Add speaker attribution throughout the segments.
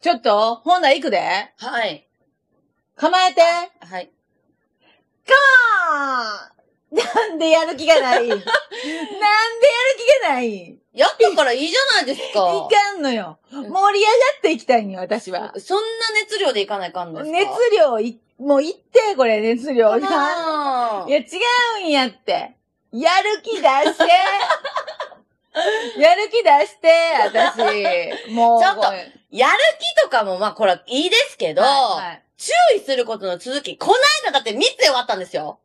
Speaker 1: ちょっと、本題行くで。
Speaker 2: はい。
Speaker 1: 構えて。
Speaker 2: はい。
Speaker 1: あーなんでやる気が ないなんでやる気がない
Speaker 2: やったからいいじゃないですか。
Speaker 1: いかんのよ。盛り上がっていきたいんよ、私は。
Speaker 2: そんな熱量でいかないかんのですか
Speaker 1: 熱量い、もういって、これ、熱量が。
Speaker 2: かない
Speaker 1: や、違うんやって。やる気出して。やる気出して、私。もう。
Speaker 2: ちょっと
Speaker 1: ごめん
Speaker 2: やる気とかも、まあ、これはいいですけど、
Speaker 1: はいはい
Speaker 2: 注意することの続き、こないだだって3つで終わったんですよ。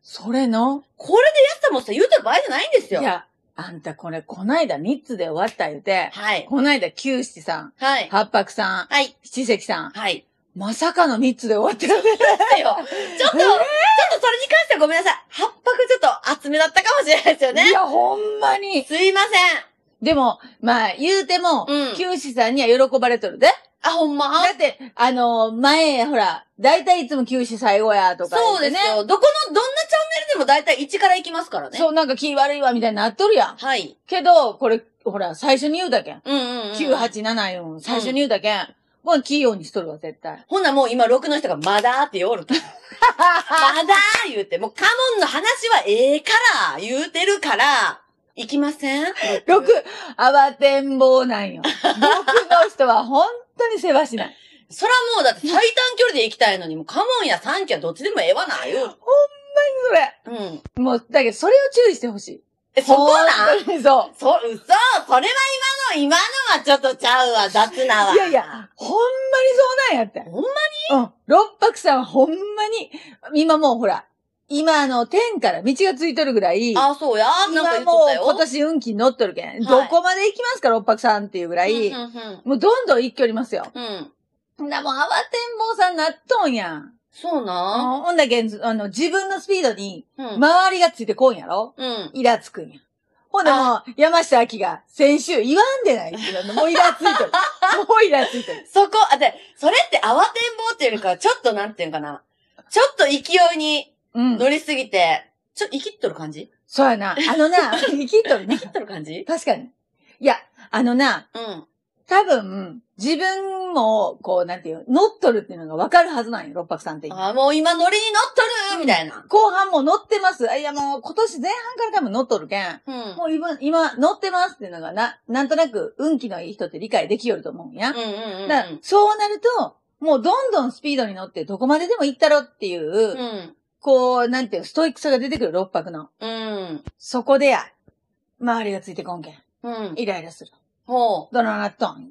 Speaker 1: それの
Speaker 2: これで安さもさ、言うてる場合じゃないんです
Speaker 1: い
Speaker 2: よ。
Speaker 1: や、あんたこれ、こないだ3つで終わった言うて、
Speaker 2: はい。
Speaker 1: こないだ九七さん、
Speaker 2: はい。
Speaker 1: 八白さん、
Speaker 2: はい。
Speaker 1: 七関さん、
Speaker 2: はい。
Speaker 1: まさかの3つで終わったよね。
Speaker 2: だよ。ちょっと、ちょっとそれに関してはごめんなさい。八白ちょっと厚めだったかもしれないですよね
Speaker 1: い。や、ほんまに。
Speaker 2: すいませ
Speaker 1: でも、まあ、言うても、
Speaker 2: うん
Speaker 1: 九七さんには喜ばれとるで。
Speaker 2: ん。あ、ほんま
Speaker 1: だって、あの、前、ほら、だいたいいつも九死最後やとか、
Speaker 2: そうです。よ。どこの、どんなチャンネルでも大体1から行きますからね。
Speaker 1: そう、なんか気悪いわ、みたいになっとるやん。
Speaker 2: はい。
Speaker 1: けど、これ、ほら、最初に言うだけん。
Speaker 2: うんうん、うん。
Speaker 1: 九八七四最初に言うだけん。もう器用にしとるわ、絶 対。
Speaker 2: ほんならもう今6の人がまだーって言お ると。まだー言うて、もうカモンの話はええから言うてるから、行きません
Speaker 1: 六、慌てんぼうなんよ。僕の人は本当に世話しない。
Speaker 2: そらもうだって最短距離で行きたいのに、もうカモンや3期はどっちでもええわな、言う。
Speaker 1: それ。
Speaker 2: うん。
Speaker 1: もう、だけど、それを注意してほしい。
Speaker 2: え、そこなん
Speaker 1: 本当に そ
Speaker 2: そ、嘘それは今の、今のはちょっとちゃうわ、雑なわ。
Speaker 1: う。いやいや、ほんまにそうなんやって。
Speaker 2: ほんま
Speaker 1: うん。六白さんはほんまに、今もうほら、今あの、天から道がついとるぐらい、
Speaker 2: あ、そうや。なんか
Speaker 1: 今
Speaker 2: 言っと
Speaker 1: も
Speaker 2: った
Speaker 1: う
Speaker 2: よ。
Speaker 1: 今年運気に乗っとるけん、どこまで行きますか、六白さんっていうぐらい、
Speaker 2: うんうん
Speaker 1: もうどんどん一挙りますよ。
Speaker 2: うん。うん。
Speaker 1: んなもう慌てんぼうさんなっとんやん。
Speaker 2: そうな。
Speaker 1: ほんだけん、あの、自分のスピードに、
Speaker 2: うん。
Speaker 1: 周りがついてこんやろ
Speaker 2: うん。
Speaker 1: イラつくんや。ほんでもう、山下明が、先週言わんでないって言うのもうイラついてる。もうイラついてる。
Speaker 2: そこ、あ、で、それって慌てんぼうっていうよりかは、ちょっとなんていうんかな。ちょっと勢いに
Speaker 1: うん。
Speaker 2: 乗りすぎて、ちょ、生きっとる感じ
Speaker 1: そうやな。あのな、生きとるね
Speaker 2: 生。きっとる感じ
Speaker 1: 確かに。いや、あのな、
Speaker 2: うん。
Speaker 1: 多分、自分も、こう、なんていう、乗っとるっていうのがわかるはずなんよ、六白さんって。
Speaker 2: あ、もう今乗りに乗っとるみたいな。
Speaker 1: 後半も乗ってます。あいや、もう今年前半から多分乗っとるけん。
Speaker 2: うん。
Speaker 1: もう今、今、乗ってますっていうのがな、なんとなく運気のいい人って理解できよると思うんや。
Speaker 2: うんうんうん。
Speaker 1: だからそうなると、もうどんどんスピードに乗ってどこまででも行ったろっていう、
Speaker 2: うん。
Speaker 1: こう、なんていう、ストイックさが出てくる六白の。
Speaker 2: うん。
Speaker 1: そこでや、周りがついてこんけん。
Speaker 2: うん。
Speaker 1: イライラする。
Speaker 2: ほ
Speaker 1: ドナルドン。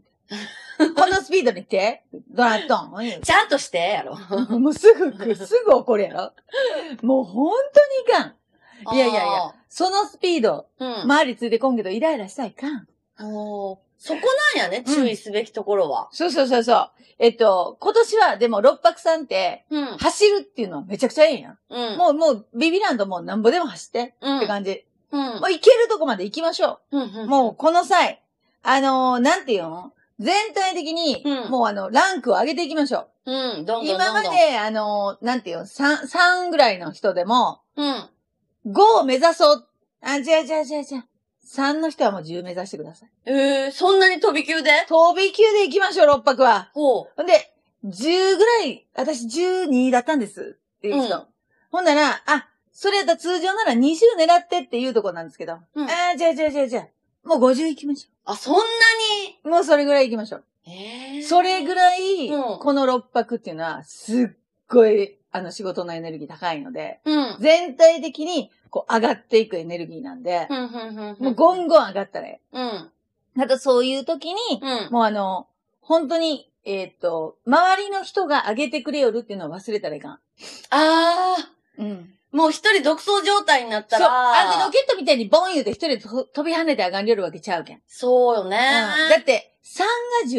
Speaker 1: このスピードに行って、ドナルドン。
Speaker 2: う。 ちゃんとして、やろ。
Speaker 1: もうすぐ、すぐ怒るやろ。もう本当にいかん。いやいやいや
Speaker 2: あ
Speaker 1: そのスピード、
Speaker 2: ー。うん。
Speaker 1: 周りついてこんけどイライラしたらいかん。
Speaker 2: ほうそこなんやね、注意すべきところは。
Speaker 1: そうそうそうそう。えっと、今年はでも六白さんって、
Speaker 2: うん。うん。
Speaker 1: 走るっていうのはめちゃくちゃええんやん。
Speaker 2: うん。
Speaker 1: もう、もう、ビビランドもうなんぼでも走って
Speaker 2: うん、
Speaker 1: って感じ。
Speaker 2: うん
Speaker 1: もう行けるとこまで行きましょう。
Speaker 2: も
Speaker 1: もうこの際、あのーなんていうの全体的に
Speaker 2: う、ん
Speaker 1: もうあの、ランクを上げていきましょう。
Speaker 2: うん、うん、どんどんどんどん。
Speaker 1: 今まで、あの、なんていうの、3、三ぐらいの人でも、
Speaker 2: うん。
Speaker 1: 5を目指そう。あ、違う違う違う違う。3の人はもう10目指してください。
Speaker 2: えー、そんなに飛び級で
Speaker 1: 飛び級で行きましょう、6泊は。
Speaker 2: ほう。
Speaker 1: ほんで、10ぐらい、私12だったんです。っていう人。
Speaker 2: うん
Speaker 1: ほんなら、あ、それやったら通常なら20狙ってっていうとこなんですけど。
Speaker 2: うん
Speaker 1: あ、違う違う違う違う。もう50行きましょ
Speaker 2: あ、そんな
Speaker 1: う。もうそれぐらい行きましょう。
Speaker 2: にえー
Speaker 1: それぐらい、
Speaker 2: うん
Speaker 1: この6泊っていうのは、すっごい、あの、仕事のエネルギー高いので。
Speaker 2: うん。
Speaker 1: 全体的に、こう、上がっていくエネルギーなんで、
Speaker 2: うん、うん、うん。
Speaker 1: もうゴンゴン上がったらえ
Speaker 2: うん。
Speaker 1: え。あとそういう時に、
Speaker 2: うん。
Speaker 1: もうあの、本当に、えーっと、周りの人が上げてくれよるっていうのを忘れたらいかん。
Speaker 2: あ
Speaker 1: うん。
Speaker 2: ー、もう一人独走状態になっ
Speaker 1: そ
Speaker 2: た
Speaker 1: う。
Speaker 2: ら。
Speaker 1: あのロケットみたいにボン言うて一人でと飛び跳ねて上がりよるわけちゃうけん。うん、
Speaker 2: そうよね。
Speaker 1: だって、3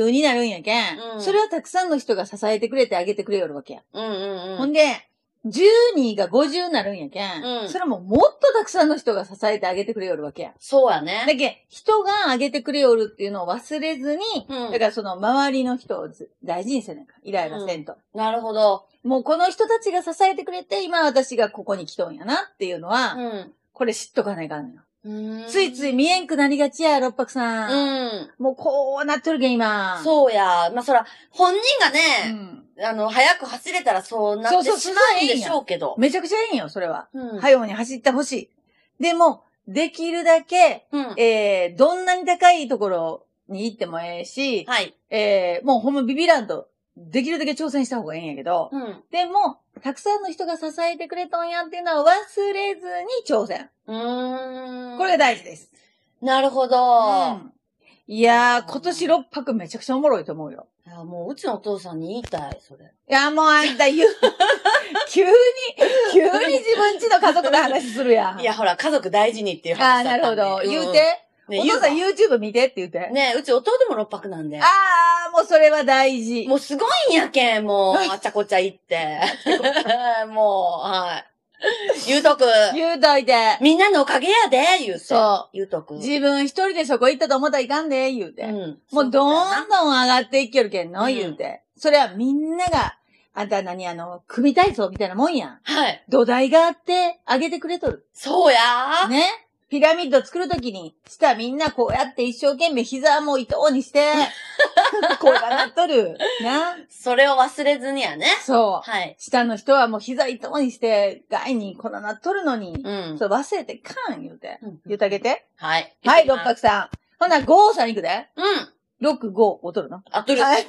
Speaker 1: が10になるんやけん,、
Speaker 2: うん
Speaker 1: それはたくさんの人が支えてくれて上げてくれよるわけや。
Speaker 2: うん、うん、うん。
Speaker 1: ほんで、12が50になるんやけん,、
Speaker 2: うん
Speaker 1: それももっとたくさんの人が支えてあげてくれよるわけや。
Speaker 2: そうやね。
Speaker 1: だけ人があげてくれよるっていうのを忘れずに、
Speaker 2: うん
Speaker 1: だからその周りの人をず大事にせなきゃイライラせんと。
Speaker 2: なるほど。
Speaker 1: もうこの人たちが支えてくれて、今私がここに来とんやなっていうのは、
Speaker 2: うん。
Speaker 1: これ知っとかないかんのよ。ついつい
Speaker 2: い。
Speaker 1: 見えんくなりがちや、六白
Speaker 2: う
Speaker 1: さん。
Speaker 2: ん。
Speaker 1: もうこうなっとるけん、今。
Speaker 2: そうや。まあ、そら、本人が
Speaker 1: う
Speaker 2: ね、
Speaker 1: ん。
Speaker 2: あの、早く走れたらそうな
Speaker 1: そ
Speaker 2: っ
Speaker 1: う
Speaker 2: て
Speaker 1: そう
Speaker 2: しまうん
Speaker 1: すごい
Speaker 2: でしょうけど。
Speaker 1: めちゃくちゃいいんよ、それは。
Speaker 2: うん。い。
Speaker 1: 早うに走ってほしい。でも、できるだけ、
Speaker 2: うん。
Speaker 1: えー、どんなに高いところに行ってもええし、
Speaker 2: はい。
Speaker 1: えー、もうほんまビビらんと、できるだけ挑戦した方がええんやけど、
Speaker 2: うん。
Speaker 1: でも、たくさんの人が支えてくれとんやっていうのは忘れずに挑戦。
Speaker 2: うーん。
Speaker 1: これが大事です。
Speaker 2: なるほ
Speaker 1: う
Speaker 2: ど。
Speaker 1: んいやー、今年6泊めちゃくちゃおもろいと思うよ。
Speaker 2: いや、もう、うちのお父さんに言いたい、それ。
Speaker 1: いや、もうあんた 言う、急に、急に自分ちの家族の話するやん。
Speaker 2: いや、ほら、家族大事にっていう
Speaker 1: ああ、
Speaker 2: 話だ
Speaker 1: な
Speaker 2: っ
Speaker 1: る
Speaker 2: た
Speaker 1: ほ
Speaker 2: んで。
Speaker 1: ど。言
Speaker 2: ん
Speaker 1: うて。。
Speaker 2: ね
Speaker 1: お父さん
Speaker 2: 言
Speaker 1: YouTube 見てって言って。
Speaker 2: うねうち弟も六泊なんで。
Speaker 1: ああ、もうそれは大事。
Speaker 2: もうすごいんやけん、もう、あっちゃこっちゃ 行って。もう、はい。言うとく。
Speaker 1: 言うといて。
Speaker 2: みんなのおかげやで、言うて。。
Speaker 1: そう
Speaker 2: 言うとく。
Speaker 1: 自分一人でそこ行ったと思ったらいかんで、言うて。
Speaker 2: うん。
Speaker 1: もうど
Speaker 2: そ
Speaker 1: んどん上がっていっけるけんの、
Speaker 2: うん
Speaker 1: 言うて。それはみんなが、あんた何あの、組体操みたいなもんやん。
Speaker 2: うだなはい。
Speaker 1: 土台があって、上げてくれとる。
Speaker 2: そうや、
Speaker 1: ねピラミッド作るときに、下みんなこうやって一生懸命膝も糸に して、こうがなっとる。な
Speaker 2: それを忘れずにやね。
Speaker 1: そう。
Speaker 2: はい。
Speaker 1: 下の人はもう膝糸にして、外にこんななっとるのに、
Speaker 2: うん。
Speaker 1: そう忘れてかん言うて。
Speaker 2: うん
Speaker 1: 言うてあげて。
Speaker 2: はい。
Speaker 1: はい、六泊さん。ほな、五さん行くで。
Speaker 2: うん。
Speaker 1: 六、五、おとるの。
Speaker 2: あっとる。
Speaker 1: はい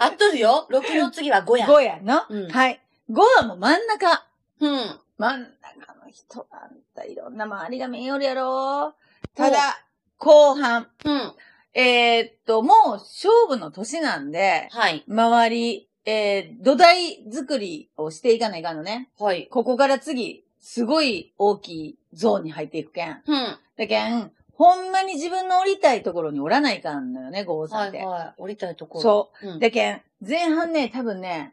Speaker 2: あっとるよ。6の次は5や。
Speaker 1: 五やんの。
Speaker 2: うん
Speaker 1: はい。五はもう真ん中。
Speaker 2: うん。
Speaker 1: 真ん中の人、あんたいろんな周りが見えよるやろ。ただ、後半。
Speaker 2: うん。
Speaker 1: えーっと、もう勝負の年なんで、
Speaker 2: はい。
Speaker 1: 周り、えー、土台作りをしていかないかんのね。
Speaker 2: はい。
Speaker 1: ここから次、すごい大きいゾーンに入っていくけん。
Speaker 2: うん。は
Speaker 1: だけん、ほんまに自分の降りたいところに降らないかんのよね、五
Speaker 2: い
Speaker 1: さんって。
Speaker 2: はい。降りたいところ。。
Speaker 1: そう
Speaker 2: うん
Speaker 1: う。、だけん、前半ね、多分ね、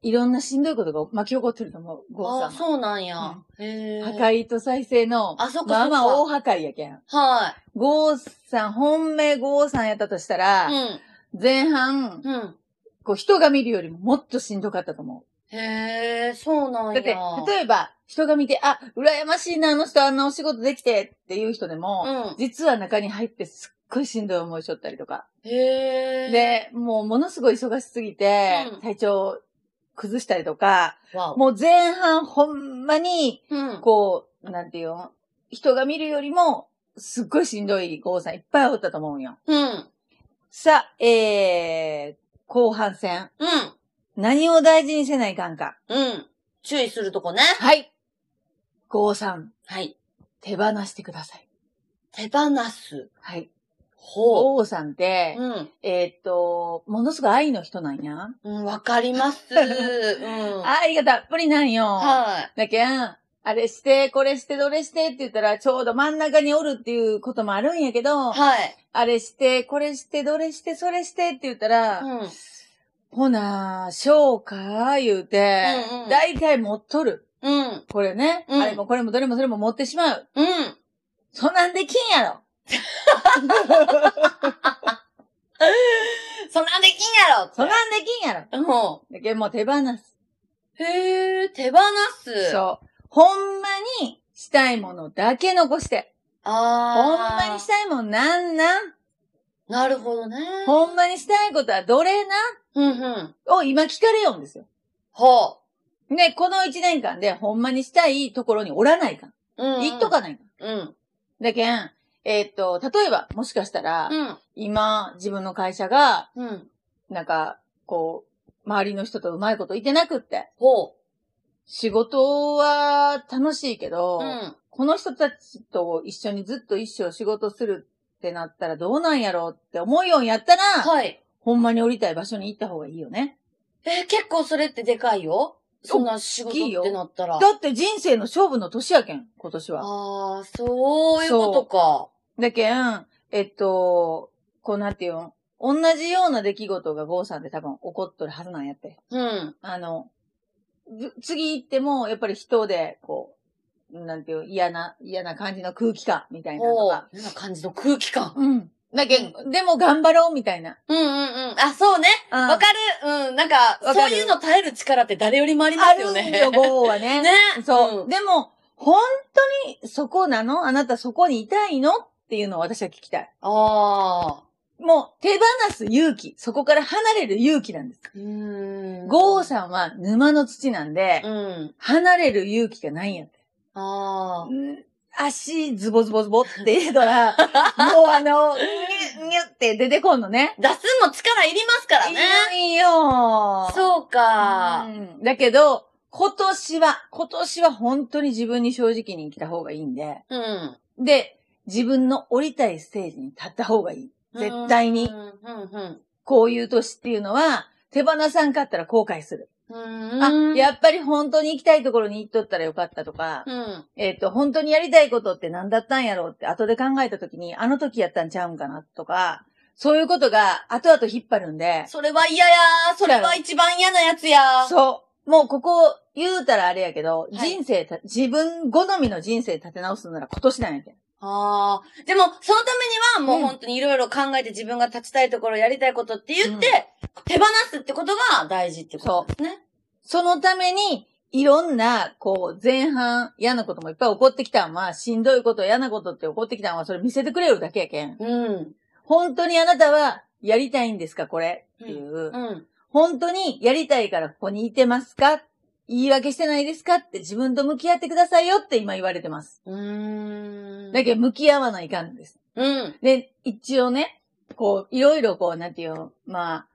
Speaker 1: いろんなしんどいことが巻き起こってると思う、
Speaker 2: あ
Speaker 1: ゴ
Speaker 2: あ、
Speaker 1: ーさんは。
Speaker 2: そうなんや。へえ。
Speaker 1: 破壊と再生の、
Speaker 2: あそっか
Speaker 1: まあまあ
Speaker 2: そ
Speaker 1: 大
Speaker 2: っ
Speaker 1: 破壊やけん。
Speaker 2: は
Speaker 1: ゴーさん、本命ゴーさんやったとした
Speaker 2: い。
Speaker 1: ら、
Speaker 2: う
Speaker 1: 前半、
Speaker 2: ん。うん。
Speaker 1: こう人が見るよりももっとしんどかったと思
Speaker 2: へえ、そうな
Speaker 1: う。
Speaker 2: ん
Speaker 1: だ
Speaker 2: や。
Speaker 1: って、例えば、人が見て、あ、羨ましいな、あの人あんなお仕事できてっていう人でも、
Speaker 2: うん。
Speaker 1: 実は中に入ってすっごいしんどい思いしょったりとか。
Speaker 2: へえ。、
Speaker 1: で、もうものすごい忙しすぎて
Speaker 2: うん、
Speaker 1: 体調崩したりとか、
Speaker 2: わお。
Speaker 1: もう前半ほんまに、
Speaker 2: うん。
Speaker 1: こう、なんていうの人が見るよりも、すっごいしんどい郷さんいっぱいおったと思うんよ。
Speaker 2: うん。
Speaker 1: さあ、えー、後半戦。
Speaker 2: うん。
Speaker 1: 何を大事にせないかんか。
Speaker 2: うん。注意するとこね。
Speaker 1: はい。郷さん、
Speaker 2: はい。
Speaker 1: 手放してください。
Speaker 2: 手放す。
Speaker 1: はい。
Speaker 2: ほう。
Speaker 1: 郷さんって、
Speaker 2: うん。
Speaker 1: えーっと、ものすごい愛の人なんや。
Speaker 2: うん、わかり ます。うん。
Speaker 1: 愛がたっぷりなんよ。
Speaker 2: は
Speaker 1: だけん、あれして、これして、どれしてって言ったら、ちょうど真ん中におるっていうこともあるんやけ
Speaker 2: い。
Speaker 1: ど、
Speaker 2: はい。
Speaker 1: あれして、これして、どれして、それしてって言ったら、
Speaker 2: うん。
Speaker 1: ほな、しょうか、言うて、
Speaker 2: うんうん
Speaker 1: だいたい持っとる。
Speaker 2: うん。
Speaker 1: これね、
Speaker 2: うん
Speaker 1: あれもこれもどれもそれも持ってしまう。
Speaker 2: うん。
Speaker 1: そんなんできんやろ。
Speaker 2: そんなんできんやろって
Speaker 1: そんなんできんやろ。
Speaker 2: うん。
Speaker 1: だけどもう手放す。
Speaker 2: へえ、手放す。う。
Speaker 1: そう。ほんまにしたいものだけ残して。ほん
Speaker 2: ああ。
Speaker 1: まにしたいもんなんなん
Speaker 2: なるほどね。
Speaker 1: ほんまにしたいことはどれな
Speaker 2: うんうん。
Speaker 1: を今聞かれよんですよ。
Speaker 2: ほ
Speaker 1: ね、この一年間でほんまにしたいところにおらないかん。
Speaker 2: う。うん、うん。
Speaker 1: 行っと。かないかん。
Speaker 2: うん。
Speaker 1: だけん、えーっと、例えば、もしかしたら、
Speaker 2: うん。
Speaker 1: 今、自分の会社が、
Speaker 2: うん。
Speaker 1: なんか、こう、周りの人とうまいこと言ってなくって、
Speaker 2: ほ
Speaker 1: 仕事は楽しいけど、
Speaker 2: う。うん。
Speaker 1: この人たちと一緒にずっと一生仕事するってなったらどうなんやろうって思うようにやったら、
Speaker 2: はい。
Speaker 1: ほんまに降りたい場所に行った方がいいよね。
Speaker 2: えー、結構それってでかいよ。そんな仕事ってなったら。
Speaker 1: だって人生の勝負の年やけん、今年は。
Speaker 2: ああ、そういうことか。
Speaker 1: だけん、えっと、こうなんていうん同じような出来事がゴーさんで多分起こっとるはずなんやって。
Speaker 2: うん。
Speaker 1: あの、ぶ次行っても、やっぱり人で、こう、なんていう、嫌な、嫌な感じの空気感みたいなの
Speaker 2: ほう。
Speaker 1: とか。
Speaker 2: なんか感じの空気感。
Speaker 1: うん。だけど、でも頑張ろうみたいな。
Speaker 2: うんうんうん。あ、そうね。
Speaker 1: わ
Speaker 2: わかる。うん。なんか、
Speaker 1: わかる
Speaker 2: そういうの耐える力って誰よりもありますよ
Speaker 1: あるんよ、
Speaker 2: ね。
Speaker 1: ゴーはね。
Speaker 2: ね。
Speaker 1: そう、
Speaker 2: うん。
Speaker 1: でも、本当にそこなのあなたそこにいたいのっていうのを私は聞きたい。
Speaker 2: ああ。
Speaker 1: もう手放す勇気、そこから離れる勇気なんです。
Speaker 2: うーん。
Speaker 1: ゴー
Speaker 2: さ
Speaker 1: さんは沼の土なんで、
Speaker 2: うん。
Speaker 1: 離れる勇気がないんやって。
Speaker 2: あ
Speaker 1: 足ズボズボズボって言えたら、 もうあの、ニュッニュッって出てこんのね。
Speaker 2: あ。出すも力いりますから
Speaker 1: い
Speaker 2: ね。
Speaker 1: ないよ
Speaker 2: そうか。
Speaker 1: うんだけど、今年は、今年は本当に自分に正直に生きた方がいいんで、
Speaker 2: うん。
Speaker 1: で、自分の降りたいステージに立った方がいい。絶対に
Speaker 2: うん、うん、
Speaker 1: こういう年っていうのは、手放さんかったら後悔する。
Speaker 2: うん。う
Speaker 1: あ
Speaker 2: ん、
Speaker 1: やっぱり本当に行きたいところに行っとったらよかったとか、
Speaker 2: うん。
Speaker 1: えっと、本当にやりたいことって何だったんやろうって後で考えた時に、あの時やったんちゃうんかなとか、そういうことが後々引っ張るんで、
Speaker 2: それは嫌やそれは一番嫌なやつや
Speaker 1: そう。もうここ言うたらあれやけど、
Speaker 2: い
Speaker 1: 人生た、自分好みの人生立て直すなら今年なんやけん。
Speaker 2: ああ。でも、そのためには、
Speaker 1: う
Speaker 2: も
Speaker 1: ん
Speaker 2: う本当にいろいろ考えて自分が立ちたいところ、やりたいことって言って、手放すってことが大事ってことですね。
Speaker 1: そのために、いろんな、こう、前半嫌なこともいっぱい起こってきたんは、しんどいこと、嫌なことって起こってきたんは、それ見せてくれるだけやけん。
Speaker 2: うん。
Speaker 1: 本当にあなたは、やりたいんですか、これっていう。
Speaker 2: うん。
Speaker 1: 本当にやりたいからここにいてますか言い訳してないですかって自分と向き合ってくださいよって今言われてます。
Speaker 2: うーん。
Speaker 1: だけど、向き合わないかんです。
Speaker 2: うん。
Speaker 1: で、一応ね、こう、いろいろこう、なんていうの、まあ、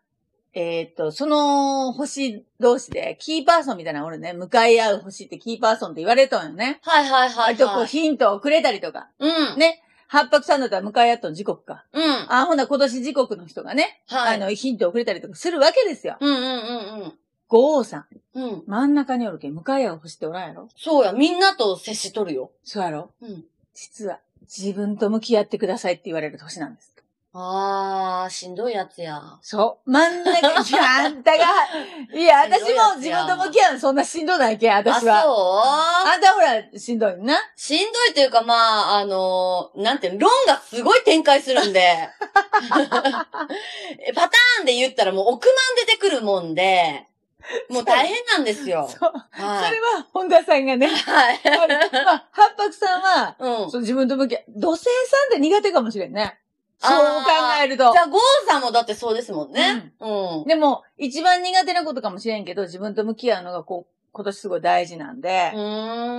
Speaker 1: えーっと、その星同士で、キーパーソンみたいなのおるね、向かい合う星ってキーパーソンって言われたんよね。
Speaker 2: はいはいはい、
Speaker 1: 割とこ
Speaker 2: は
Speaker 1: う、
Speaker 2: い。
Speaker 1: ヒントをくれたりとか。
Speaker 2: うん。
Speaker 1: ね。八白さんだったら向かい合ったの時刻か。
Speaker 2: うん。は
Speaker 1: あ、ほんなら今年時刻の人がね、
Speaker 2: い。
Speaker 1: あの、ヒントをくれたりとかするわけですよ。
Speaker 2: うんうん
Speaker 1: 五王さん。
Speaker 2: うんうん。うん。
Speaker 1: 真ん中におるけん、向かい合う星っておらんやろ
Speaker 2: そうや、みんなと接しとるよ。
Speaker 1: そうやろ
Speaker 2: うん。
Speaker 1: 実は、自分と向き合ってくださいって言われる星なんです。
Speaker 2: あー、しんどいやつや。
Speaker 1: そう。真ん中、 いや、あんたが、いや、
Speaker 2: しんどいや
Speaker 1: 私
Speaker 2: つや
Speaker 1: も自分と向き合うのそんなしんどないけん、私は。
Speaker 2: あ、そう
Speaker 1: あんたほら、しんどいな。
Speaker 2: しんどいというか、まあ、あのなんていうの、論がすごい展開するんで。 えパターンで言ったらもう億万出てくるもんで、もう大変なんですよ
Speaker 1: そう。。それ
Speaker 2: はい。
Speaker 1: は、本田さんがね。
Speaker 2: はい。
Speaker 1: まあ、八白さんは、
Speaker 2: うん。
Speaker 1: そう自分と向き合う。土星さんって苦手かもしれんね。
Speaker 2: あ
Speaker 1: そう
Speaker 2: ー
Speaker 1: 考えると
Speaker 2: じゃ。あ、ゴーさんもだってそうですもんね。うん。
Speaker 1: でも、一番苦手なことかもしれんけど、自分と向き合うのが、こう、今年すごい大事なんで。
Speaker 2: う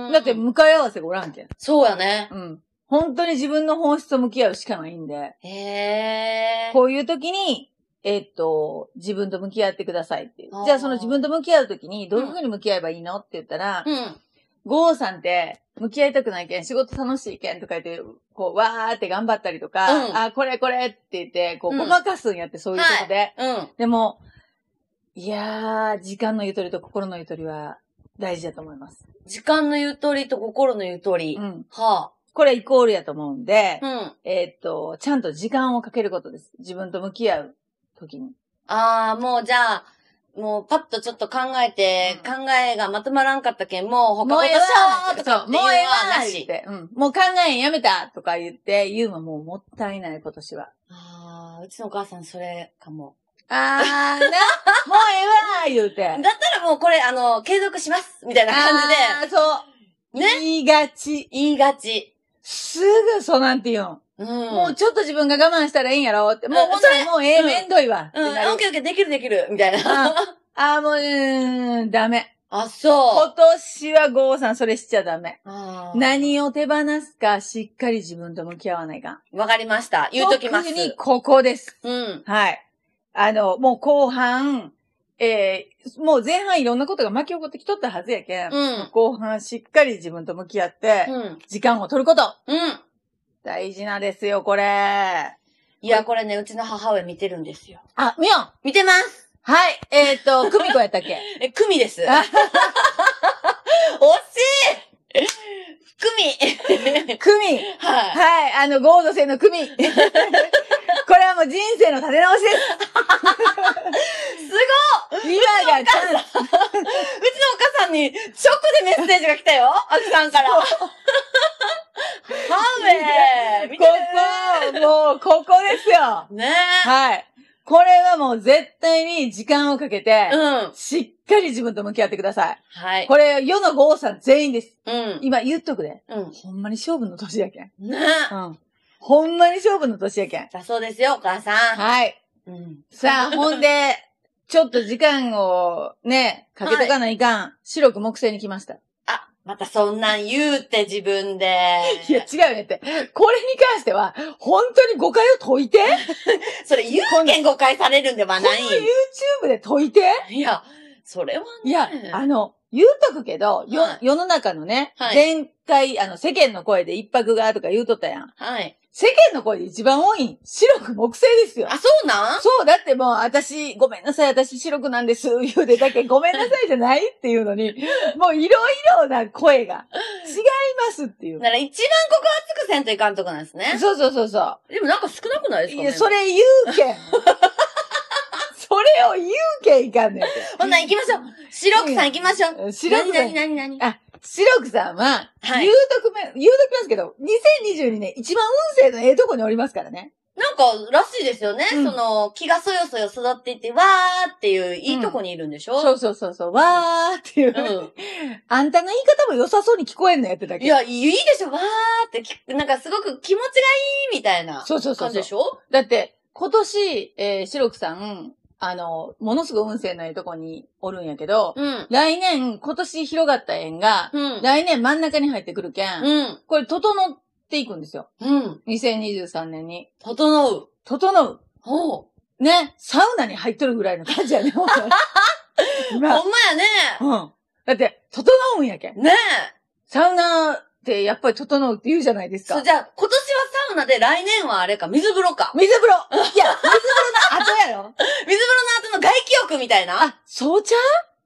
Speaker 2: ん。
Speaker 1: だって、向かい合わせがおらんけん。
Speaker 2: そうやね。
Speaker 1: うん。本当に自分の本質と向き合うしかないんで。
Speaker 2: へえ。
Speaker 1: こういう時に、えっと、自分と向き合ってくださいっていう
Speaker 2: あー。
Speaker 1: じゃあその自分と向き合う時に、どういう風に向き合えばいいのって言ったら、
Speaker 2: うん。
Speaker 1: ゴーさんって、向き合いたくないけん、仕事楽しいけんとか言って、こう、わーって頑張ったりとか、
Speaker 2: うん
Speaker 1: あ、これこれって言って、こ
Speaker 2: う
Speaker 1: う、
Speaker 2: ん
Speaker 1: ごまかすんやって、そういうとこで。
Speaker 2: うん。
Speaker 1: でも、いやー、時間のゆとりと心のゆとりは大事だと思います。
Speaker 2: 時間のゆとりと心のゆとり。
Speaker 1: うん。
Speaker 2: は
Speaker 1: これイコールやと思うんで
Speaker 2: あ。、うん。
Speaker 1: えっと、ちゃんと時間をかけることです。自分と向き合う時に。
Speaker 2: ああ、もうじゃあ、もうパッとちょっと考えて、
Speaker 1: う
Speaker 2: 考えがまとまらんかったけん、もう
Speaker 1: も
Speaker 2: 他の
Speaker 1: う
Speaker 2: こと
Speaker 1: え
Speaker 2: し
Speaker 1: え
Speaker 2: よ
Speaker 1: わ
Speaker 2: うと
Speaker 1: そ
Speaker 2: か
Speaker 1: う
Speaker 2: っていう
Speaker 1: もう
Speaker 2: の
Speaker 1: ええわ
Speaker 2: はな
Speaker 1: ーっ
Speaker 2: し。
Speaker 1: て、うん。もう考えんやめたとか言って、言うのもうもったいないことしは。
Speaker 2: ああ、うちのお母さんそれかも。
Speaker 1: あーな、 もうええわー言うて。
Speaker 2: だったらもうこれ、あの、継続しますみたいな感じで、
Speaker 1: あーそう。
Speaker 2: ね
Speaker 1: 言いがち。
Speaker 2: 言いがち。
Speaker 1: すぐそうなんて言うん。
Speaker 2: うん。
Speaker 1: もうちょっと自分が我慢したらいいんやろって。もう
Speaker 2: うん
Speaker 1: ほんなら
Speaker 2: それ
Speaker 1: もうええ
Speaker 2: うん
Speaker 1: めんどいわ。って
Speaker 2: うん、オ
Speaker 1: なる
Speaker 2: ッケーオッケー、できるできる、みたい
Speaker 1: あ
Speaker 2: な。
Speaker 1: あー、もう、うーん、ダメ。
Speaker 2: あ、そ
Speaker 1: 今。
Speaker 2: う
Speaker 1: 年はゴーさんそれしちゃダメ。
Speaker 2: あー
Speaker 1: 何を手放すか、しっかり自分と向き合わないか。
Speaker 2: わかりました。言うときます。
Speaker 1: 特にここです。
Speaker 2: うん。
Speaker 1: はい。あの、もう後半、えーもう前半いろんなことが巻き起こってきとったはずやけん。
Speaker 2: うん
Speaker 1: 後半しっかり自分と向き合って、
Speaker 2: うん。
Speaker 1: 時間を取ること。
Speaker 2: うん。
Speaker 1: 大事なんですよ、これ。
Speaker 2: いや、これね、うちの母親見てるんですよ。
Speaker 1: あ、みよん
Speaker 2: 見てます
Speaker 1: はい、えっ、 と、久美子やったっけ
Speaker 2: え、クミです。惜し
Speaker 1: あ
Speaker 2: いクミ
Speaker 1: 久美
Speaker 2: はい。
Speaker 1: はい、あの、ゴード製の久美 これはもう人生の立て直し です。すごい今がチャンス
Speaker 2: うちのお母さんに直でメッセージが来たよあきさんから。ハーウェイ見て
Speaker 1: ここ、もう、ここですよ
Speaker 2: るね
Speaker 1: はい。これはもう絶対に時間をかけて
Speaker 2: え。、うん。
Speaker 1: しっかり自分と向き合ってください。
Speaker 2: はい。
Speaker 1: これ、世の豪さん全員です。
Speaker 2: うん。
Speaker 1: 今言っとくで。
Speaker 2: うん。
Speaker 1: ほんまに勝負の年やけん。
Speaker 2: ね
Speaker 1: うん。ほんまに勝負の年やけん。
Speaker 2: だそうですよ、お母さん。
Speaker 1: はい。
Speaker 2: うん。
Speaker 1: さあ、ほんで、ちょっと時間をね、かけとかないかん。白く木星に来ました。
Speaker 2: あ、またそんなん言うて自分で。
Speaker 1: いや、違うよねって。これに関しては、本当に誤解を解いて
Speaker 2: それ言うけん誤解されるんでは
Speaker 1: この
Speaker 2: ない。
Speaker 1: YouTube で解いて
Speaker 2: いや、それはね。
Speaker 1: いや、あの、言うとくけど、よ
Speaker 2: はい
Speaker 1: 世の中のね、
Speaker 2: はい
Speaker 1: 前回、あの、世間の声で一泊がとか言うとったやん。
Speaker 2: はい。
Speaker 1: 世間の声で一番多い、白く木星ですよ。
Speaker 2: あ、そうなん
Speaker 1: そう、だってもう、私、ごめんなさい、私白くなんです、言うてだけ、ごめんなさいじゃないっていうのに、もういろいろな声が、違いますっていう。
Speaker 2: なら一番ここ熱くせんといかんとこなんですね。
Speaker 1: そうそうそうそ
Speaker 2: でもなんか少なくないで
Speaker 1: う。
Speaker 2: す
Speaker 1: い
Speaker 2: か
Speaker 1: や、
Speaker 2: ね
Speaker 1: それ言うけ ん。それを言うけんいかんねんて。
Speaker 2: ほんなら行きましょう。白くさん行きましょう。
Speaker 1: 白くさん
Speaker 2: 何何何何
Speaker 1: あ、白くさんは、
Speaker 2: はい
Speaker 1: 言うとくめ、言うときますけど、2022年一番運勢のええとこにおりますからね。
Speaker 2: なんからしいですよね。
Speaker 1: うん
Speaker 2: その、気がそよそよ育っていって、わーっていういいとこにいるんでしょ、
Speaker 1: そうそうそうそう、わーっていう。
Speaker 2: うん
Speaker 1: あんたの言い方も良さそうに聞こえんのやってだけ。
Speaker 2: いや、いいでしょわーってき、なんかすごく気持ちがいいみたいな
Speaker 1: そうそうそ
Speaker 2: 感
Speaker 1: うそう
Speaker 2: じでし。ょ
Speaker 1: だって、今年、えー、白くさん、あの、ものすごい運勢のええとこにおるんやけど、
Speaker 2: うん。
Speaker 1: 来年、今年広がった縁が、
Speaker 2: うん。
Speaker 1: 来年真ん中に入ってくるけん、
Speaker 2: うん。
Speaker 1: これ整っていくんですよ。
Speaker 2: うん。
Speaker 1: 2023年に。
Speaker 2: 整う。
Speaker 1: 整う。
Speaker 2: ほう。
Speaker 1: ね、サウナに入っとるぐらいの感じやね。ほん まに今
Speaker 2: ほんまやね。
Speaker 1: うん。だって、整うんやけん。
Speaker 2: ねえ。
Speaker 1: サウナーってやっぱり整うって言うじゃないです
Speaker 2: そ
Speaker 1: か
Speaker 2: う、。じゃあ、今年はサウナで来年はあれか、水風呂か。
Speaker 1: 水風呂いや、水風呂の後やろ
Speaker 2: 水風呂の後の外気浴みたいな。あ
Speaker 1: あ、そうちゃ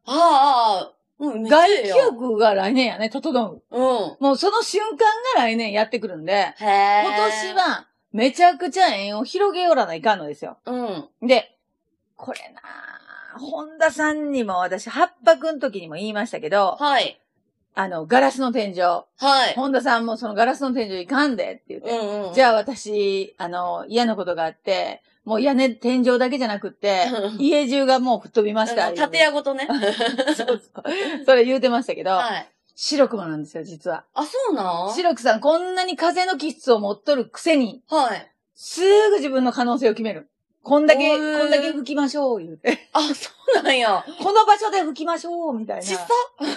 Speaker 2: あ、ああ、うん、
Speaker 1: う
Speaker 2: めっちゃ
Speaker 1: 外
Speaker 2: ええ
Speaker 1: 気
Speaker 2: やん
Speaker 1: 浴が来年やね、整う。
Speaker 2: うん。
Speaker 1: もうその瞬間が来年やってくるんで、
Speaker 2: へえ。
Speaker 1: 今年、はめちゃくちゃ縁を広げよらないかんのですよ。
Speaker 2: うん。
Speaker 1: で、これなぁ、本田さんにも私、八泊の時にも言いましたけど、
Speaker 2: はい。
Speaker 1: あの、ガラスの天井。
Speaker 2: はい。
Speaker 1: 本田さんもそのガラスの天井いかんでって言って、
Speaker 2: うんうん。
Speaker 1: じゃ
Speaker 2: あ、
Speaker 1: あ私、あの、嫌なことがあって、もう屋根、天井だけじゃなくって、家中がもう吹っ飛びました。
Speaker 2: 建屋ご とね。
Speaker 1: そうそう。それ言うてましたけど、
Speaker 2: はい。
Speaker 1: 白くもなんですよ、実は。
Speaker 2: あ、そうなん
Speaker 1: 白くさん、こんなに風の気質を持っとるくせに、
Speaker 2: はい。
Speaker 1: すぐ自分の可能性を決める。こんだけ、
Speaker 2: おー
Speaker 1: こんだけ吹きましょう、言う て。
Speaker 2: あ、そうなんや。
Speaker 1: この場所で吹きましょう、みたい
Speaker 2: ちっさ
Speaker 1: な。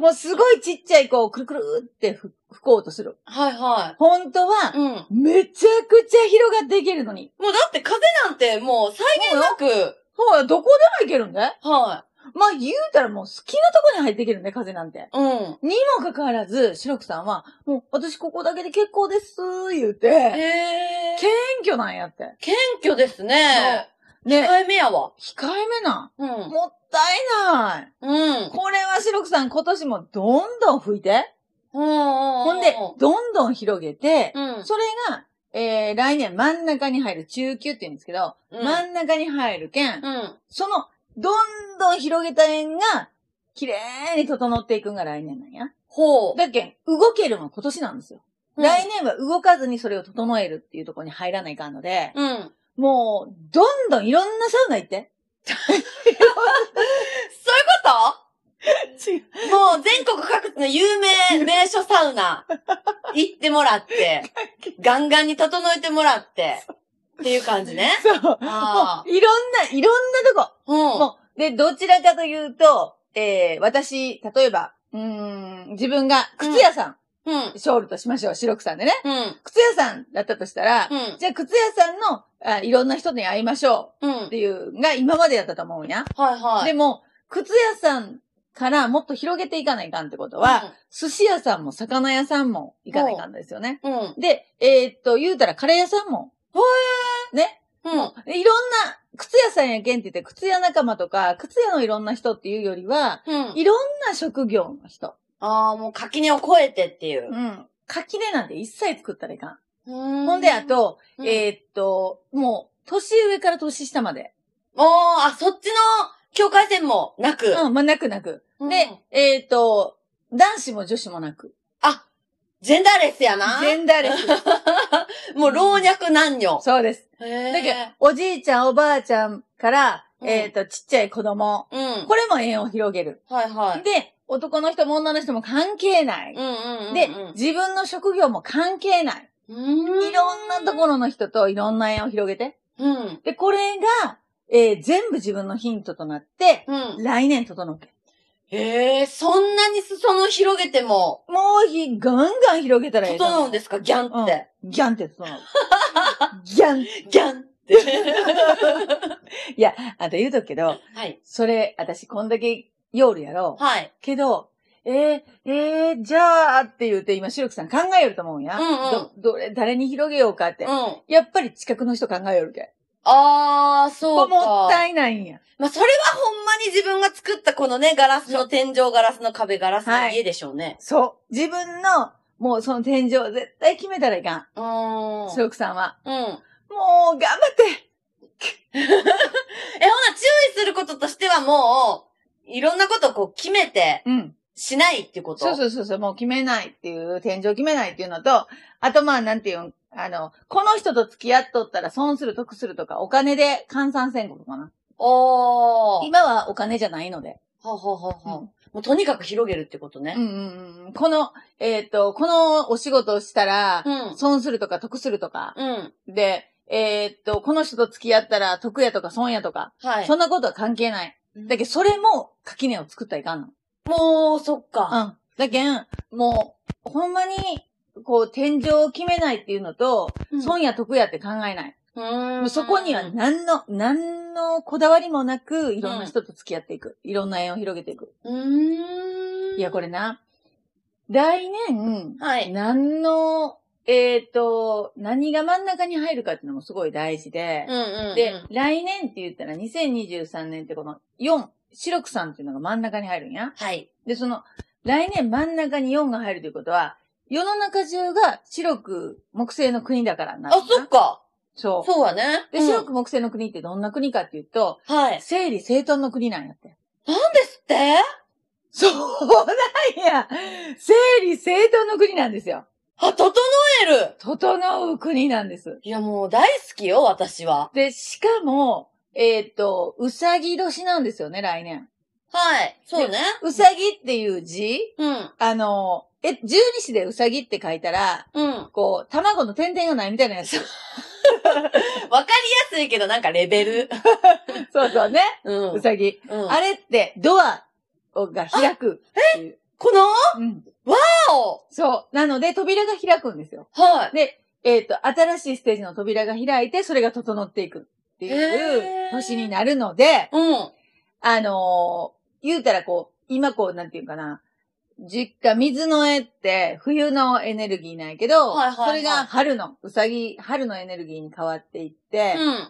Speaker 1: もうすごいちっちゃい子をくるくるって吹吹こうとする。
Speaker 2: はいは。、
Speaker 1: 本当はい
Speaker 2: うん。も
Speaker 1: めちゃくちゃ広がっていけるのに。
Speaker 2: うだって風なんてもう際限なく、
Speaker 1: ほら、どこでも行けるんだよ
Speaker 2: は
Speaker 1: まあ言うたらもう好きなとこに入っていけるね、風なんて。
Speaker 2: い。うん。
Speaker 1: にもかかわらず、白くさんは、もう私ここだけで結構です、言うて、
Speaker 2: へえ。
Speaker 1: 謙虚なんやって。
Speaker 2: 謙虚ですね。
Speaker 1: ね、
Speaker 2: 控えめやわ。
Speaker 1: 控えめな。
Speaker 2: うんん。
Speaker 1: もったいない。
Speaker 2: うん。
Speaker 1: これは白くさん今年もどんどん吹いて、
Speaker 2: ほ
Speaker 1: ほんで、どんどん広げて
Speaker 2: う、ん。
Speaker 1: それが、えー、来年真ん中に入る中級って言うんですけど、
Speaker 2: うん
Speaker 1: 真ん中に入るけん、
Speaker 2: うん。
Speaker 1: その、どんどん広げた円が、綺麗に整っていくんが来年なんや。
Speaker 2: ほう。
Speaker 1: だけん、動けるのは今年なんですよ。
Speaker 2: うん
Speaker 1: 来年は動かずにそれを整えるっていうところに入らないかんので、
Speaker 2: うん。
Speaker 1: もう、どんどんいろんなサウナ行って。
Speaker 2: そういうこ
Speaker 1: 違う。
Speaker 2: ともう全国各地の有名名所サウナ、行ってもら って、ガンガンに整えてもらって、っていう感じね。
Speaker 1: そう。
Speaker 2: あ
Speaker 1: もういろんな、いろんなと
Speaker 2: うん。
Speaker 1: こ。
Speaker 2: は
Speaker 1: もう、で、どちらかというと、えー、私、例えば、うーん、自分が靴屋さん、
Speaker 2: い。うん。
Speaker 1: ショールとしましょう、白くさんでね。
Speaker 2: うん。
Speaker 1: 靴屋さんだったとしたら、
Speaker 2: うん。
Speaker 1: じゃあ靴屋さんのあ、いろんな人に会いましょ
Speaker 2: うん。
Speaker 1: うっていうのが今までだったと思うんや。
Speaker 2: はいはい。
Speaker 1: でも、靴屋さんからもっと広げていかないかんってことは、寿司屋さんも魚屋さんも行かないかんですよね。
Speaker 2: うん、うん。
Speaker 1: で、えーっと、言うたらカレー屋さんも、
Speaker 2: うん。
Speaker 1: でいろんな靴屋さんやけんって言って、靴屋仲間とか、靴屋のいろんな人っていうよりは、
Speaker 2: うん。
Speaker 1: いろんな職業の人。
Speaker 2: ああ、もう垣根を越えてっていう
Speaker 1: う。ん。垣根なんて一切作ったらいかん。
Speaker 2: ほ
Speaker 1: ほんで、あ、と、
Speaker 2: うん
Speaker 1: えーっと、もう、年上から年下まで。
Speaker 2: もう、あ、そっちの境界線もなく。
Speaker 1: うん、まあ、なくなく。
Speaker 2: うん
Speaker 1: で、えーっと、男子も女子もなく。
Speaker 2: あ、ジェンダーレスやな。
Speaker 1: ジェンダーレス。
Speaker 2: もう老若男女。
Speaker 1: そうです。
Speaker 2: へ
Speaker 1: だけど
Speaker 2: ー、
Speaker 1: おじいちゃん、おばあちゃんから、えっ、と、ちっちゃい子供。
Speaker 2: うん。うん。
Speaker 1: これも縁を広げる。
Speaker 2: はいはい。
Speaker 1: で、男の人も女の人も関係ない。
Speaker 2: うんうんうん。
Speaker 1: で、自分の職業も関係ない。
Speaker 2: うん。
Speaker 1: いろんなところの人といろんな縁を広げて。
Speaker 2: うん。
Speaker 1: で、これが、えー全部自分のヒントとなって、
Speaker 2: うん。
Speaker 1: 来年整うわけ。
Speaker 2: へえ、そんなに裾野広げても、
Speaker 1: もうひ、ガンガン広げたらいい。
Speaker 2: 整うんですかギャンって。
Speaker 1: ギャンって 整う。ギャン。
Speaker 2: ギャンって。
Speaker 1: いや、あと言うとくけど、
Speaker 2: はい。
Speaker 1: それ、私こんだけ夜やろう。
Speaker 2: はい。
Speaker 1: けど、えー、えー、じゃあって言うて今、シルクさん考えよると思うんや。
Speaker 2: うんうん
Speaker 1: ど、どれ、誰に広げようかって。
Speaker 2: うん。
Speaker 1: やっぱり近くの人考えよるけ。
Speaker 2: あー、そ
Speaker 1: こ
Speaker 2: うか。
Speaker 1: もったいないんや。
Speaker 2: まあ、それはほんまに自分が作ったこのね、ガラスの天井、ガラスの壁、ガラスの
Speaker 1: はい
Speaker 2: 家でしょうね。
Speaker 1: そう。自分の、もうその天井、絶対決めたらいか
Speaker 2: うー
Speaker 1: ん。
Speaker 2: ん。
Speaker 1: シルクさんは。
Speaker 2: うん。え、ほな、
Speaker 1: もう、頑張って
Speaker 2: 注意することとしてはもう、いろんなことをこう決めて、
Speaker 1: うん。
Speaker 2: しないってこと。
Speaker 1: そう
Speaker 2: う。
Speaker 1: そうそうそう、もう決めないっていう、天井決めないっていうのと、あとまあなんていうん、あの、この人と付き合っとったら損する得するとか、お金で換算せんことかな。
Speaker 2: おー。
Speaker 1: 今はお金じゃないので。
Speaker 2: ほうほうほうほう。
Speaker 1: うん
Speaker 2: もうとにかく広げるってこと
Speaker 1: う
Speaker 2: ね。
Speaker 1: んうんうん。この、えっ、と、このお仕事をしたら
Speaker 2: う、ん。
Speaker 1: 損するとか得するとか、
Speaker 2: うん。
Speaker 1: で、えっ、と、この人と付き合ったら得やとか損やとか、
Speaker 2: はい。
Speaker 1: そんなことは関係ない。だけど、それも垣根を作ったらいかんの。
Speaker 2: もう、そっか。
Speaker 1: うん。だけん、もう、ほんまに、こう、天井を決めないっていうのと、損や得やって考えない。
Speaker 2: う
Speaker 1: も
Speaker 2: ん。
Speaker 1: うそこには何の、何のこだわりもなく、いろんな人と付き合っていく。いろんな縁を広げていく。
Speaker 2: うーん。
Speaker 1: いや、これな。来年、
Speaker 2: はい。
Speaker 1: 何の、えっ、と、何が真ん中に入るかっていうのもすごい大事で
Speaker 2: う、んうんうん。
Speaker 1: で、来年って言ったら2023年ってこの4、白くさんっていうのが真ん中に入るんや。
Speaker 2: はい。
Speaker 1: で、その、来年真ん中に4が入るということは、世の中中が白く木星の国だからな
Speaker 2: あ、そっか。
Speaker 1: そう。
Speaker 2: そうはね。
Speaker 1: で、
Speaker 2: うん
Speaker 1: 白く木星の国ってどんな国かっていうと、
Speaker 2: はい。
Speaker 1: 整理整頓の国なんやって。
Speaker 2: なんですって
Speaker 1: そうなんや整理整頓の国なんですよ。
Speaker 2: あ、整える
Speaker 1: 整う国なんです。
Speaker 2: いや、もう大好きよ、私は。
Speaker 1: で、しかも、えっ、と、うさぎ年なんですよね、来年。
Speaker 2: はい。そうね。
Speaker 1: うさぎっていう字
Speaker 2: うん。
Speaker 1: あの、え、十二支でうさぎって書いたら、
Speaker 2: うん。わ
Speaker 1: こう、卵の点々がないみたいなやつ。
Speaker 2: かりやすいけど、なんかレベル。
Speaker 1: そうそうね。
Speaker 2: うん
Speaker 1: うさぎ。
Speaker 2: うん。
Speaker 1: あれって、ドアをが開くっていう。
Speaker 2: この
Speaker 1: うん。
Speaker 2: 青
Speaker 1: そう。なので、扉が開くんですよ。
Speaker 2: はい。
Speaker 1: で、えっ、と、新しいステージの扉が開いて、それが整っていくってい
Speaker 2: へ
Speaker 1: う
Speaker 2: ー
Speaker 1: 年になるので、
Speaker 2: うん。
Speaker 1: あのー言うたらこう、今こう、なんていうかな、実家、水の絵って冬のエネルギーなんやけど、
Speaker 2: はいはいはい
Speaker 1: それが春の、うさぎ、春のエネルギーに変わっていって、
Speaker 2: うん。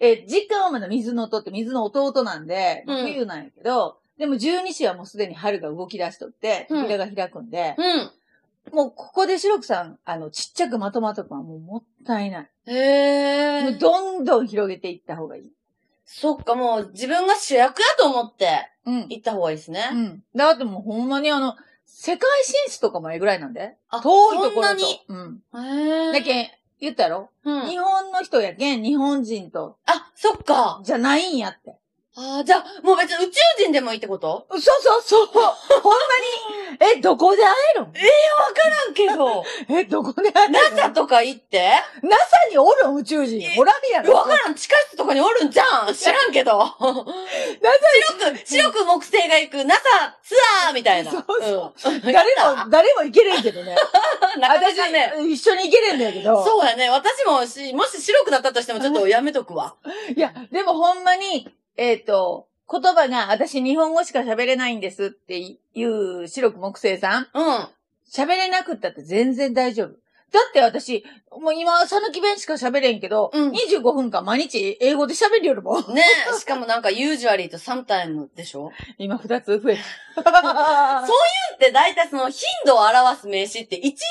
Speaker 1: えー実家はまだ水の音って水の弟なんで、
Speaker 2: うん
Speaker 1: 冬なんやけど、でも十二支はもうすでに春が動き出しとって、
Speaker 2: うん
Speaker 1: 扉が開くんで、
Speaker 2: うん。
Speaker 1: もうここで白くさん、あの、ちっちゃくまとまっとくのはもうもったいない。
Speaker 2: へ
Speaker 1: もう
Speaker 2: え。
Speaker 1: どんどん広げていった方がいい。
Speaker 2: そっか、もう自分が主役やと思って
Speaker 1: うん。
Speaker 2: 行った方がいいですね。
Speaker 1: うん。だってもうほんまにあの、世界進出とかもええぐらいなんで。
Speaker 2: あ
Speaker 1: 遠いところと。
Speaker 2: そ
Speaker 1: うん。
Speaker 2: んなに。
Speaker 1: だ
Speaker 2: へえ。
Speaker 1: けん、言ったやろ、
Speaker 2: うん
Speaker 1: 日本の人やけん、日本人と、
Speaker 2: あ、そっか。
Speaker 1: じゃないんやって。
Speaker 2: あーじゃあ、もう別に宇宙人でもいいってこと
Speaker 1: そうそうそう。ほんま に。え、どこで会えるん
Speaker 2: なんけ ど、
Speaker 1: え、どこで会える
Speaker 2: NASA とか行って、
Speaker 1: ん ?NASA におるん宇宙人。おらんやろ。
Speaker 2: わからん、地下室とかにおるんじゃん知らんけど。白く、白く木星が行く NASA ツアーみたいな。。
Speaker 1: そうそう
Speaker 2: ん、
Speaker 1: 誰
Speaker 2: や った
Speaker 1: も、誰も行けれんけ どね。
Speaker 2: なかなかね。
Speaker 1: 私、一緒に行けれんのやけど。
Speaker 2: そうやね。私もし、もし白くなったとしてもちょっとやめとくわ。
Speaker 1: いや、でもほんまに、えっ、と、言葉が、私日本語しか喋れないんですっていう白く木星さん、
Speaker 2: うん。
Speaker 1: 喋れなくったって全然大丈夫。だって私、もう今、さぬき弁しか喋れんけど、
Speaker 2: うん
Speaker 1: 25分間毎日英語で喋るよりもん、
Speaker 2: ねえ。しかもなんか、ユージュアリーとサムタイムでしょ
Speaker 1: 今2つ増え
Speaker 2: そ
Speaker 1: た。
Speaker 2: ういうって大体その頻度を表す名詞って一日で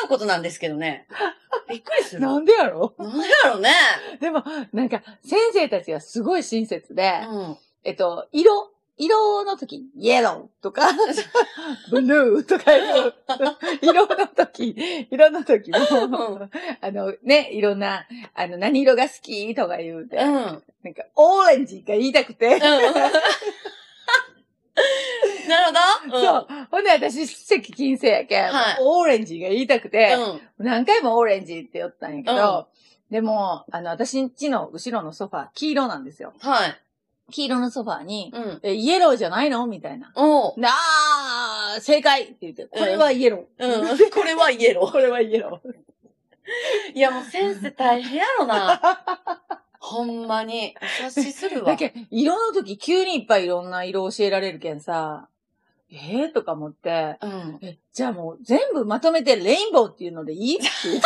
Speaker 2: 習うことなんですけどね。びっくりする。な
Speaker 1: なんんでやろ
Speaker 2: やろうね。
Speaker 1: でも、なんか、先生たちがすごい親切で、
Speaker 2: うん。
Speaker 1: えっと、色、色の時、イエロー とか、ブルーとかいう、色の時、色の時も、
Speaker 2: う
Speaker 1: あのね、いろんな、あの、何色が好きとか言うて、
Speaker 2: うん。
Speaker 1: なんか、オレンジが言いたくて、
Speaker 2: なるほど。ん
Speaker 1: そう。ほんで私、席金星やけん、
Speaker 2: はい
Speaker 1: オレンジが言いたくて、
Speaker 2: うん。
Speaker 1: 何回もオレンジって言ったんやけど、でも、あの、私んちの後ろのソファー、黄色なんですよ。
Speaker 2: はい。
Speaker 1: 黄色のソファーに、
Speaker 2: うん。
Speaker 1: え、イエローじゃないのみたいな。
Speaker 2: おう。
Speaker 1: なあー正解って言って、これはイエロー。
Speaker 2: うん。これはイエ ロ
Speaker 1: これはイエロー。
Speaker 2: ー。いや、もう先生大変やろな。ほんまに。お察しするわ。
Speaker 1: だけど色の時急にいっぱいいろんな色教えられるけんさ、ええー、とか思って、
Speaker 2: うん。
Speaker 1: え、じゃあもう全部まとめてレインボーっていうので いいって言って。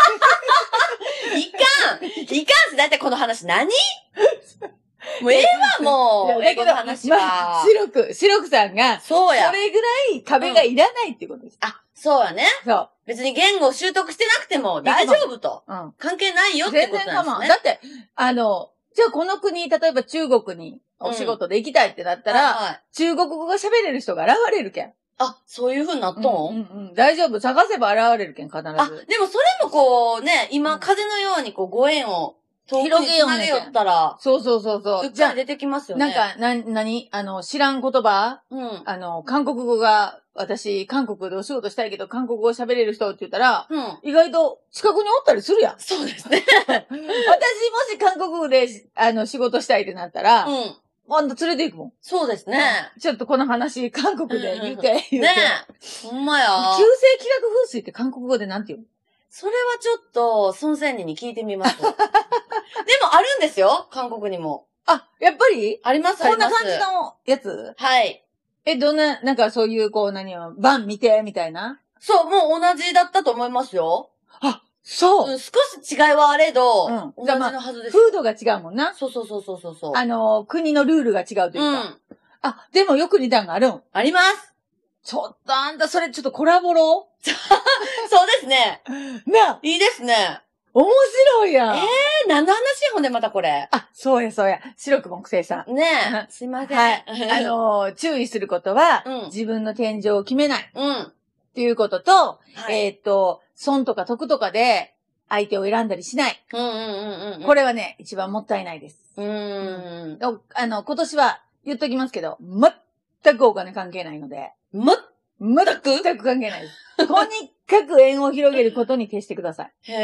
Speaker 2: いかんいかんし、だいたいこの話何もうええわ、もう。英語の話
Speaker 1: ま
Speaker 2: は
Speaker 1: あ、。白く、白くさんが、
Speaker 2: そうや
Speaker 1: そ。れぐらい壁がいらないってことです。
Speaker 2: あ、そうやね。
Speaker 1: そう。
Speaker 2: 別に言語を習得してなくても大丈夫と。
Speaker 1: うん。
Speaker 2: 関係ないよって
Speaker 1: 全
Speaker 2: こと
Speaker 1: 然
Speaker 2: な
Speaker 1: 我
Speaker 2: んで
Speaker 1: 慢。
Speaker 2: すね
Speaker 1: だ。って、あの、じゃあこの国、例えば中国にお仕事で行きたいってなったら、
Speaker 2: はいはい
Speaker 1: 中国語が喋れる人が現れるけん。
Speaker 2: あ、そういう風になった
Speaker 1: うんんうんうん大丈夫。探せば現れるけん、必
Speaker 2: あ
Speaker 1: ず。、
Speaker 2: でもそれもこうね、
Speaker 1: う
Speaker 2: 今
Speaker 1: ん
Speaker 2: 風のようにこうご縁を遠く
Speaker 1: 広
Speaker 2: に
Speaker 1: げよう
Speaker 2: 繋
Speaker 1: ね
Speaker 2: げよったら、
Speaker 1: そうそうそう
Speaker 2: う
Speaker 1: そ
Speaker 2: っ
Speaker 1: う。じ
Speaker 2: か
Speaker 1: ゃ
Speaker 2: り出てきます
Speaker 1: あ、
Speaker 2: よ
Speaker 1: な
Speaker 2: ね。
Speaker 1: ん、か、な、なにあの、知らん言葉
Speaker 2: うん。
Speaker 1: あの、韓国語が、私、韓国でお仕事したいけど、韓国語喋れる人って言ったら、
Speaker 2: うん。
Speaker 1: 意外と近くにおったりするやん。
Speaker 2: そうですね。
Speaker 1: 私もし韓国語で、あの、仕事したいってなったら、
Speaker 2: うん。
Speaker 1: あんた連れて行くもん。
Speaker 2: そうですね。
Speaker 1: ちょっとこの話、韓国で言うて、言うて。
Speaker 2: ねえ。ほんまや。
Speaker 1: 急性気学風水って韓国語でなんて言うの
Speaker 2: それはちょっと、孫仙人に聞いて みます。でもあるんですよ韓国にも。
Speaker 1: あ、やっぱり
Speaker 2: あります、あ
Speaker 1: こ
Speaker 2: り
Speaker 1: ん
Speaker 2: ま
Speaker 1: な
Speaker 2: す。
Speaker 1: 感じのやつ
Speaker 2: はい。
Speaker 1: え、どんな、なんかそういう、こう、何を、番見て、みたいな
Speaker 2: そう、もう同じだったと思いますよ。
Speaker 1: そうう、
Speaker 2: ん、少し違いはあれど、
Speaker 1: うん
Speaker 2: 同じのはずです。
Speaker 1: 風土が違うもんな。
Speaker 2: そうそうそうそうそうそう。
Speaker 1: あの、国のルールが違うといううか。
Speaker 2: ん。
Speaker 1: あ、でもよく似たんがあるん。
Speaker 2: あります。
Speaker 1: ちょっとあんた、それちょっとコラボろ
Speaker 2: そうですね。
Speaker 1: なあ、
Speaker 2: いいですね。
Speaker 1: 面白いやん。
Speaker 2: ええ、何の話ほんでまたこれ。
Speaker 1: あ、そうやそうや。白く木星さん。
Speaker 2: ね え。すいません。
Speaker 1: はい。あ、のー注意することは、
Speaker 2: うん
Speaker 1: 自分の天井を決めないっ
Speaker 2: うん。
Speaker 1: ていうことと、
Speaker 2: はい。
Speaker 1: えっ、と、損とか得とかで相手を選んだりしない。
Speaker 2: うんうんうんうん。
Speaker 1: こ
Speaker 2: れ。
Speaker 1: れはね、一番もったいないです。
Speaker 2: うーん。
Speaker 1: おあの、今年は言っときますけど、全くお金関係ないので、
Speaker 2: まっ
Speaker 1: 全く全く関係ないです。 とにかく縁を広げることに徹してください。
Speaker 2: へ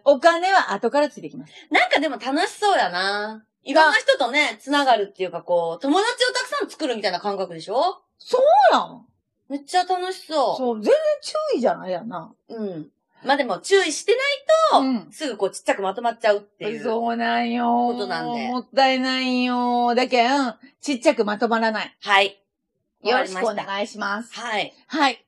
Speaker 2: え。
Speaker 1: お金は後からついてきます。
Speaker 2: なんかでも楽しそうやな。いろんな人とね、つながるっていうかこう、友達をたくさん作るみたいな感覚でしょ
Speaker 1: そうやん。
Speaker 2: めっちゃ楽しそ
Speaker 1: そう、全然注意じゃないやんな。
Speaker 2: う。うん。まあでも注意してないと、
Speaker 1: うん
Speaker 2: すぐこうちっちゃくまとまっちゃうっていう。
Speaker 1: そうなんよ。
Speaker 2: ことなんで
Speaker 1: もったいないよ。だけん、ちっちゃくまとまらない。
Speaker 2: はい。
Speaker 1: よろしくお
Speaker 2: わかりま
Speaker 1: 願いします。
Speaker 2: したはい。
Speaker 1: はい。